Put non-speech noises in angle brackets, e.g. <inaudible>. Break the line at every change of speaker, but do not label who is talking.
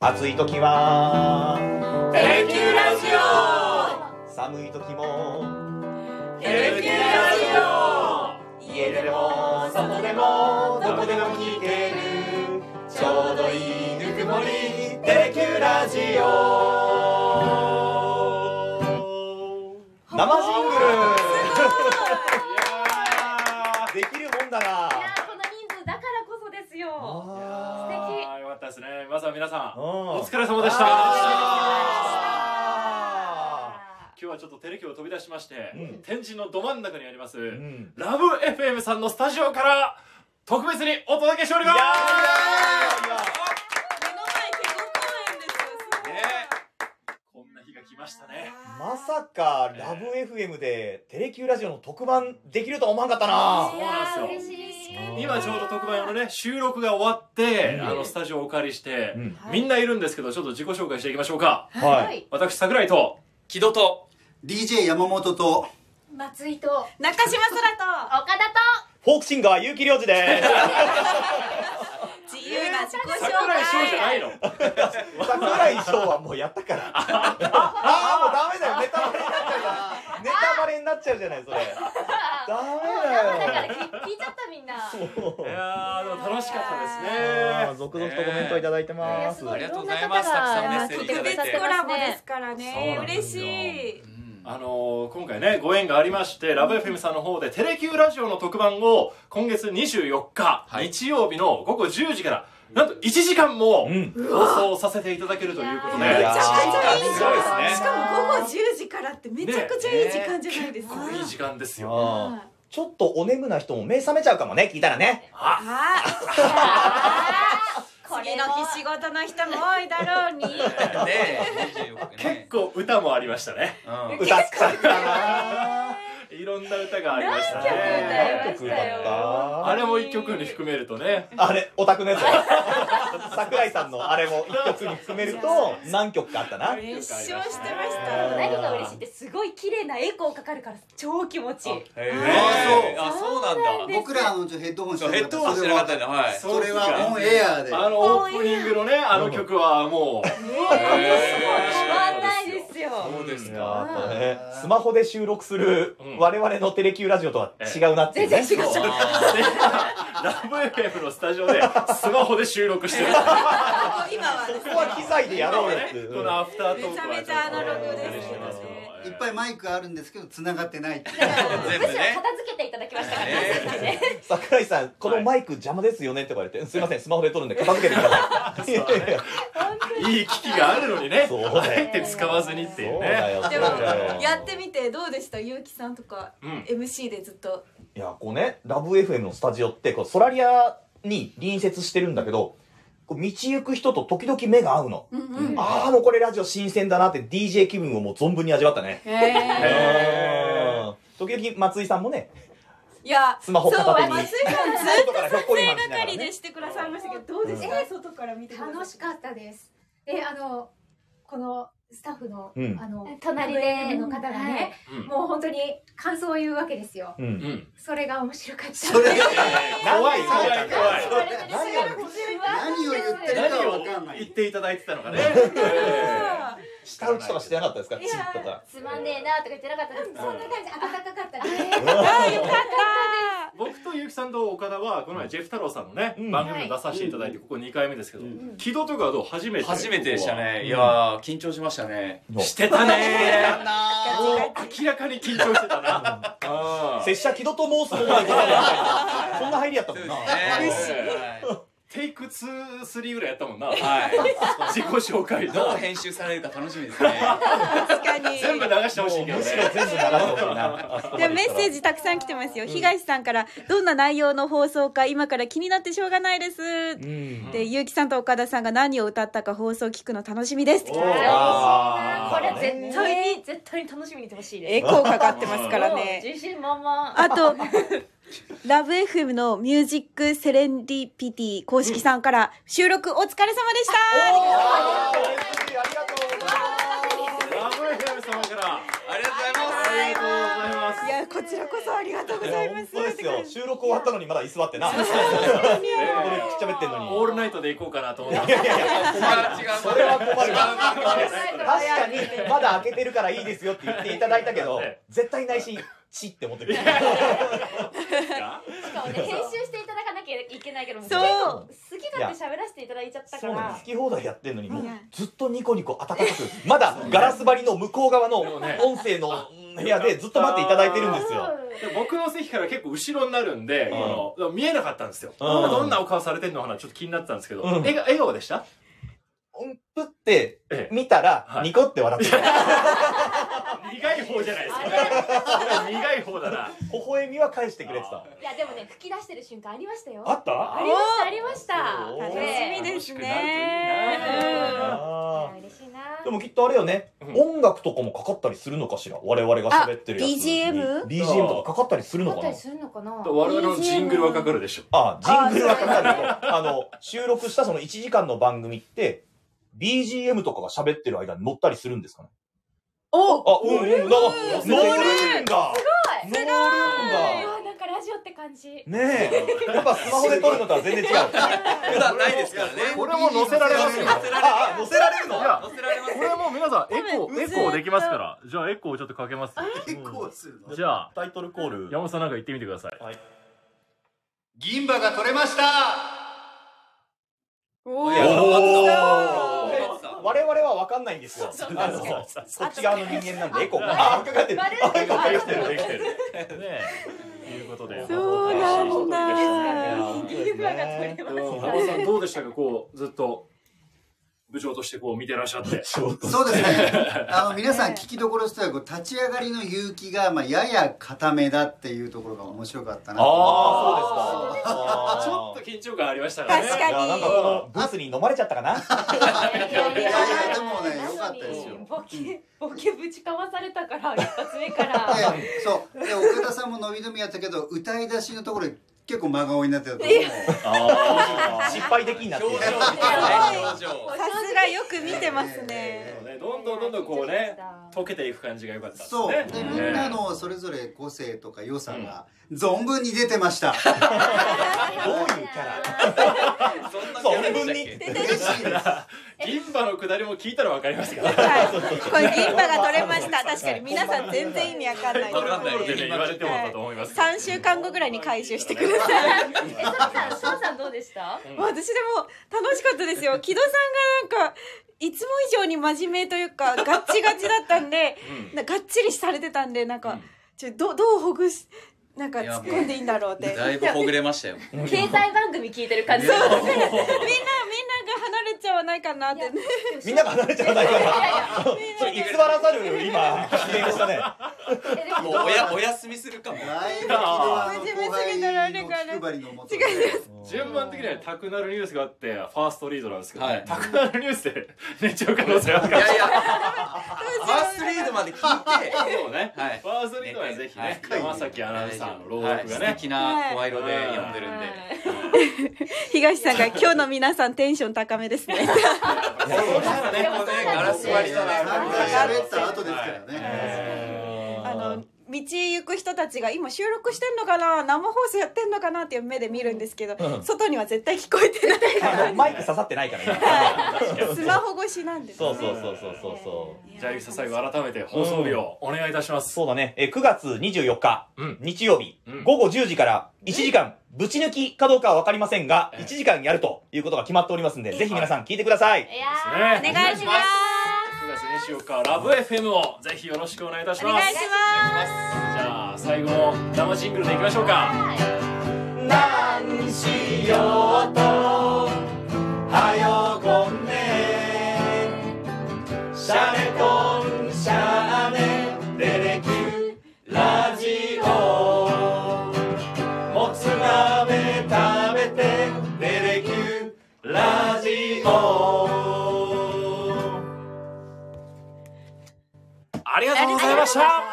暑い時は
テレキューラジオ
寒い時も
テレキューラジオ
家でも外でもどこでも聞けるちょうどいいぬくもりテレキューラジオ生ジングルできるもんだない
やーこの人数だからこそですよ
あ
素敵
よかったですねまずは皆さ
ー
ん
うん
お疲れ様でした
あ
今日はちょっとテレキを飛び出しまして、
うん
天神のど真ん中にあります、
ーうん
ラブ FM さんのスタジオから特別にお届けしております
いや
目の前結婚公園です
ねこんな日が来ましたね
まさかラブ FM でテレキューラジオの特番できるとは思わんかった
そ
な
うなん
いやー
で
嬉
す
し
よ
あ
い
ー
今ちょうど特番のね収録が終わって、
うん
あのスタジオをお借りして、
うん
はい
みんないるんですけどちょっと自己紹介していきましょうか
はい
い
私桜井と
木戸と
DJ 山本と
松井と岡
中島空
田
フォークシンガー結城良二です
と自由な自己紹介
桜井翔じゃない
<laughs>
の
桜井翔はもうやったから。 <laughs> ああ、もうダメだよ。ネタバレになっちゃうから。ネタバレになっちゃうじゃない、それ。
と
ダメだ
だ
よ。
から聞聞いちゃったみんな
いやーでも楽しかったで
<laughs>
す
あ
ね
ー続々とコメントいただいて
いや
ますす。
ご
あ
い
り
い
が
ろ
とうんご
な
ざい
方
ます
が
た
や聞
くさんメッセー
いてく
ジい
だ
ただ
さってて
テ
い
ま
コラ
す
ボで
ね
すから
そう
ね
なんで
嬉
す
し
よ
い
あのー今回ねご縁がありまして、ラブ FM さんの方でテレキューラジオの特番を今月24日、
はい
日曜日の午後10時からなんと1時間も
うん
放送させていただけるということで、
いやー
めちゃくちゃいい
そうですね
しかも午後10時からってめちゃくちゃいい時間じゃないですか、
結構いい時間ですよ
あーちょっとお眠な人も目覚めちゃうかもね、聞いたらね。
あ
あ
こ
次
れ
の
も
日仕事の人も多いだろうに
<laughs>
ね
結構歌もありましたね
構
歌っちゃったな。
いろんな歌がありました
何曲歌いま
ね
し
曲歌
た
った。
あれも一曲に含めるとね
あれ、オタクのやつ。桜井さんのあれも一曲に含めると何曲かあったな。
熱唱してまし
あー
た
何が嬉しいってすごい綺麗なエコーかかるから超気持ちいい
えあそうなんだ
僕らあのちょっとヘッドホンして
ヘッドホンしてなかったんだはい
それはそれはオンエアで
あのオープニングのねあの曲はもう
変わんないですよ
そうです
い
か
やーやっぱね、スマホで収録する我々のテレキューラジオとは違うなっていうね。
全然違う
そう
でラブ FM のスタジオでスマホで収録してる
今はです
こ
ね
こは機材でやろうよってい
ね
う。
このアフタートークは
めちゃめちゃアナログです
ね
いっぱいマイクあるんですけど繋がってないっていう
<laughs>
むしろ
全部
片付
ね
けていただきましたから
ね
皆さんにね
桜井さん、このマイク邪魔ですよねって言われて、すいません、スマホで撮るんで片付けてください。いやいや
いい機器があるのにね
そうだ
入
よ
って使わずにってい
そううだ
ね
よ、そう
でも
だよ。
やってみてどうでしたゆうきさんとか
うん
MC でずっと
いや、こうね、ラブ FM のスタジオって、こうソラリアに隣接してるんだけど、こう道行く人と時々目が合うの。
うんうん
ああ、もうこれラジオ新鮮だなって DJ 気分をもう存分に味わったね。
へえ
へ
うん時々松井さんもね、
いや
スマホ片手に
そう松井さんずっ
外からひょっこり
撮
はん
影
しながら
係
ね
で。してくださいましたけど、どうでした、外から見てください
楽しかったです。で、あの、このスタッフの、
うん
あの、
隣で
の方がね、
うん
もう本当に感想を言うわけですよ。
う。
うんん
それが面白かった。
そ
怖
れ
い怖い怖い
言われてる
何やねん
何を言ってるか
何
は
を
分かんな
言っ
い
ていただいてたのかね
下打ちとかしてなかったですかチ
いや
ッとか。
つまんねえなとか言ってなかったです
そんな感じ、暖かかったです。
あーよかっ
僕とゆうきさんと岡田はこの前ジェフ太郎さんのね
うん
番組に出させていただいてここ2回目ですけど
うん
木戸とかはどう初めて
<laughs> 初めてでしたねいやー緊張しましたね
もう
してたねもう明らかに緊張してたなあー
拙者木戸と申すものでございます。そんな入りやったもんな。
テイク23ぐらいやったもんな
はい
自己紹介の
どう編集されるか楽しみ <laughs> ですね
た確かに
全部流してほしいけど
む
ね
しろ全部流してほしいな。あそこま
で
で
もメッセージたくさん来てますよ、東さんからどんな内容の放送か今から気になってしょうがないです、
うん。
でゆうきさんと岡田さんが何を歌ったか放送聞くの楽しみです
おー
あ
あー
ーこれ絶対に絶対に楽しみにしてほしい
エ
です
コーかかってますから
もう
ね
自信満々
あと「ラブ f m の「ミュージックセレンディピティ」公式さんから「収録お疲れ様でした」
あー嬉しいありがとうございます。
ラブ FM 様から
ありがとうございます
ありがとうございます
いやここちらこそありがとうございま
本
す。
当ですよ。収録終わったのにまだ居座ってな。本
いや
当にくっちゃべってんのに。
オールナイトで行こうかなと思ってます
いやいやいや
それは違うな。
それは困るわ
違うな
確かにまだ開けてるからいいですよって言っていただいたけど
え
絶対内心チって思ってる
か
しかもね編集していただかなきゃいけないけども
そう
結構好き勝手喋らせていただいちゃったか
そうなの
ら
好き放題やってんのにもう
いや
ずっとニコニコ温かくまだガラス張りの向こう側の
もね
音声の部屋でずっと待っていただいてるんですよ
うん
で僕の席から結構後ろになるんで、
うん
この見えなかったんですよ、
うん
どんなお顔されてんのかなちょっと気になってたんですけど、
うん
笑顔笑顔でした
うんぷって
ええ
見たら
はい
ニコって笑ってる
苦い方じゃないですか
あれ
それ <laughs> 苦い方だな
<laughs> 微笑みは返してくれてた
いやでもね吹き出してる瞬間ありましたよ
あった
ありましたありました
おー
楽しみ
ね
ですね
い
あ
や嬉しいな
ーでもきっとあれよね、
う
音楽とかもかかったりするのかしら我々が喋ってるやつに
あ BGM
BGM とかかかったりするの
思っ
か
た
な
りするのかな
と我々のジングルはかかるでしょ
ああ、ジングルはかかるけど、あの、収録したその1時間の番組って、BGM とかが喋ってる間に乗ったりするんですかね
お
あ、うん、うん、だ乗るん
乗る
だ
すごい
乗るん
う
だ
わなんかラジオって感じ
ねえ、やっぱスマホで撮るのとは全然違う。
普段ないですからね。
これも載せられますよ
載せられる。
ああ、乗せられるの
いや
載せられます
これ
よ。
もう皆さんエコー
多分
エコーできますからじゃあエコーちょっとかけます
結構するの
じゃあ
タイトルコール。
山本さんなんか言ってみてください
銀歯が取れました
お
いや
お
お
ー
ー
我々は分かんないんですよ。あの、こっち側の人間なんでエコーが。あ、かかってる。あ、エコーかかってる。
できてるねえいうことで
そう
なん
なんだ。
いやー
山本さんどうでしたかこうずっと部長としてこう見てらっしゃって
そうですね。あの皆さん聞きどころとしてはこう立ち上がりの勇気がまあやや固めだっていうところが面白かったな。
ああ、そうですか。
ちょっと緊張感ありましたからね
確
いや、なんかこのブスに飲まれちゃったかな。
いやいやでもね良かったですよ。
ボケボケぶちかわされたから一発目から
でそうで岡田さんも伸び伸びやったけど歌い出しのところで結構真顔になってたと思う
あ
失敗できになってる
表情見てない表情。
さすがよく見てますね。
<laughs> ーねどんどんどんどんこうね溶けていく感じが良かったですね
そうでみんなのそれぞれ個性とか良さが存分に出てました
どういうキャラ
そんな表情でしたっけ。
嬉しいです
銀歯の下りも聞いたらわかりますから
はい。これ銀歯が取れました。確かに皆さん全然意味わかんないと
わかん
思
な
う
い
の
よ
で。
ね
言われてもだと思います
3週間後ぐらいに回収してください。
えサラ
<laughs>
さんサラさんどうでした
私でも楽しかったですよ。木戸さんがなんか、いつも以上に真面目という
<laughs>
か、ガッチガチだったんで、ながっちりされてたんで、なんか、ちょどどうほぐし、なんか突っ込んでいいんだろうって。
だいぶほぐれましたよ。
携帯番組聞いてる感じそう
みんな、みんなが離れちゃわないかなってね。
みんなが離れちゃわないから。それ偽らざる今、失礼でしたね。
<laughs> もうおやお休みするかも。
ライブはあの
真面目
後
すぎたらあ
輩
れ
の
かな
気配りのもとで
違い
順番的にはタクナルニュースがあってファーストリードなんですけど、
はい
タクナルニュース <laughs> で寝ちゃう可能性ある
い
か
や
ら
いや。ファーストリードまで聞いて。
そうね、
はい
ファーストリードはぜひね、
はい
山崎アナウンサーの朗
はい
読が
素
ね、
敵な声色で読んでるんで。
東さんが今日の皆さんテンション高めですね。
そうしたらね、こうね、ガラス張りのね、
喋った後ですからね
あの道行く人たちが今収録してんのかな生放送やってんのかなっていう目で見るんですけど、
うん
外には絶対聞こえてないから
<laughs> マイク刺さってないから今。
スマホ越しなんです
そうそうそうそうそうそう。
じゃあゆきさん最後改めて放送日をお願いいたします、
そうだね。えー、9月24日、
うん
日曜日、
うん
午後10時から1時間、ぶち抜きかどうかはわかりませんが、1時間やるということが決まっておりますんで、ぜひ皆さん聞いてください。
いやー
ですね
お願いします
9月24日ラブ FM をぜひよろしくお願いいたし
お
ます
願いします
じゃあ最後生ジングルでいきましょうか
何しようとはよごめんシャレとんシャレテレキューラジオもつ鍋食べてテレキューラジオ
ありがとうございました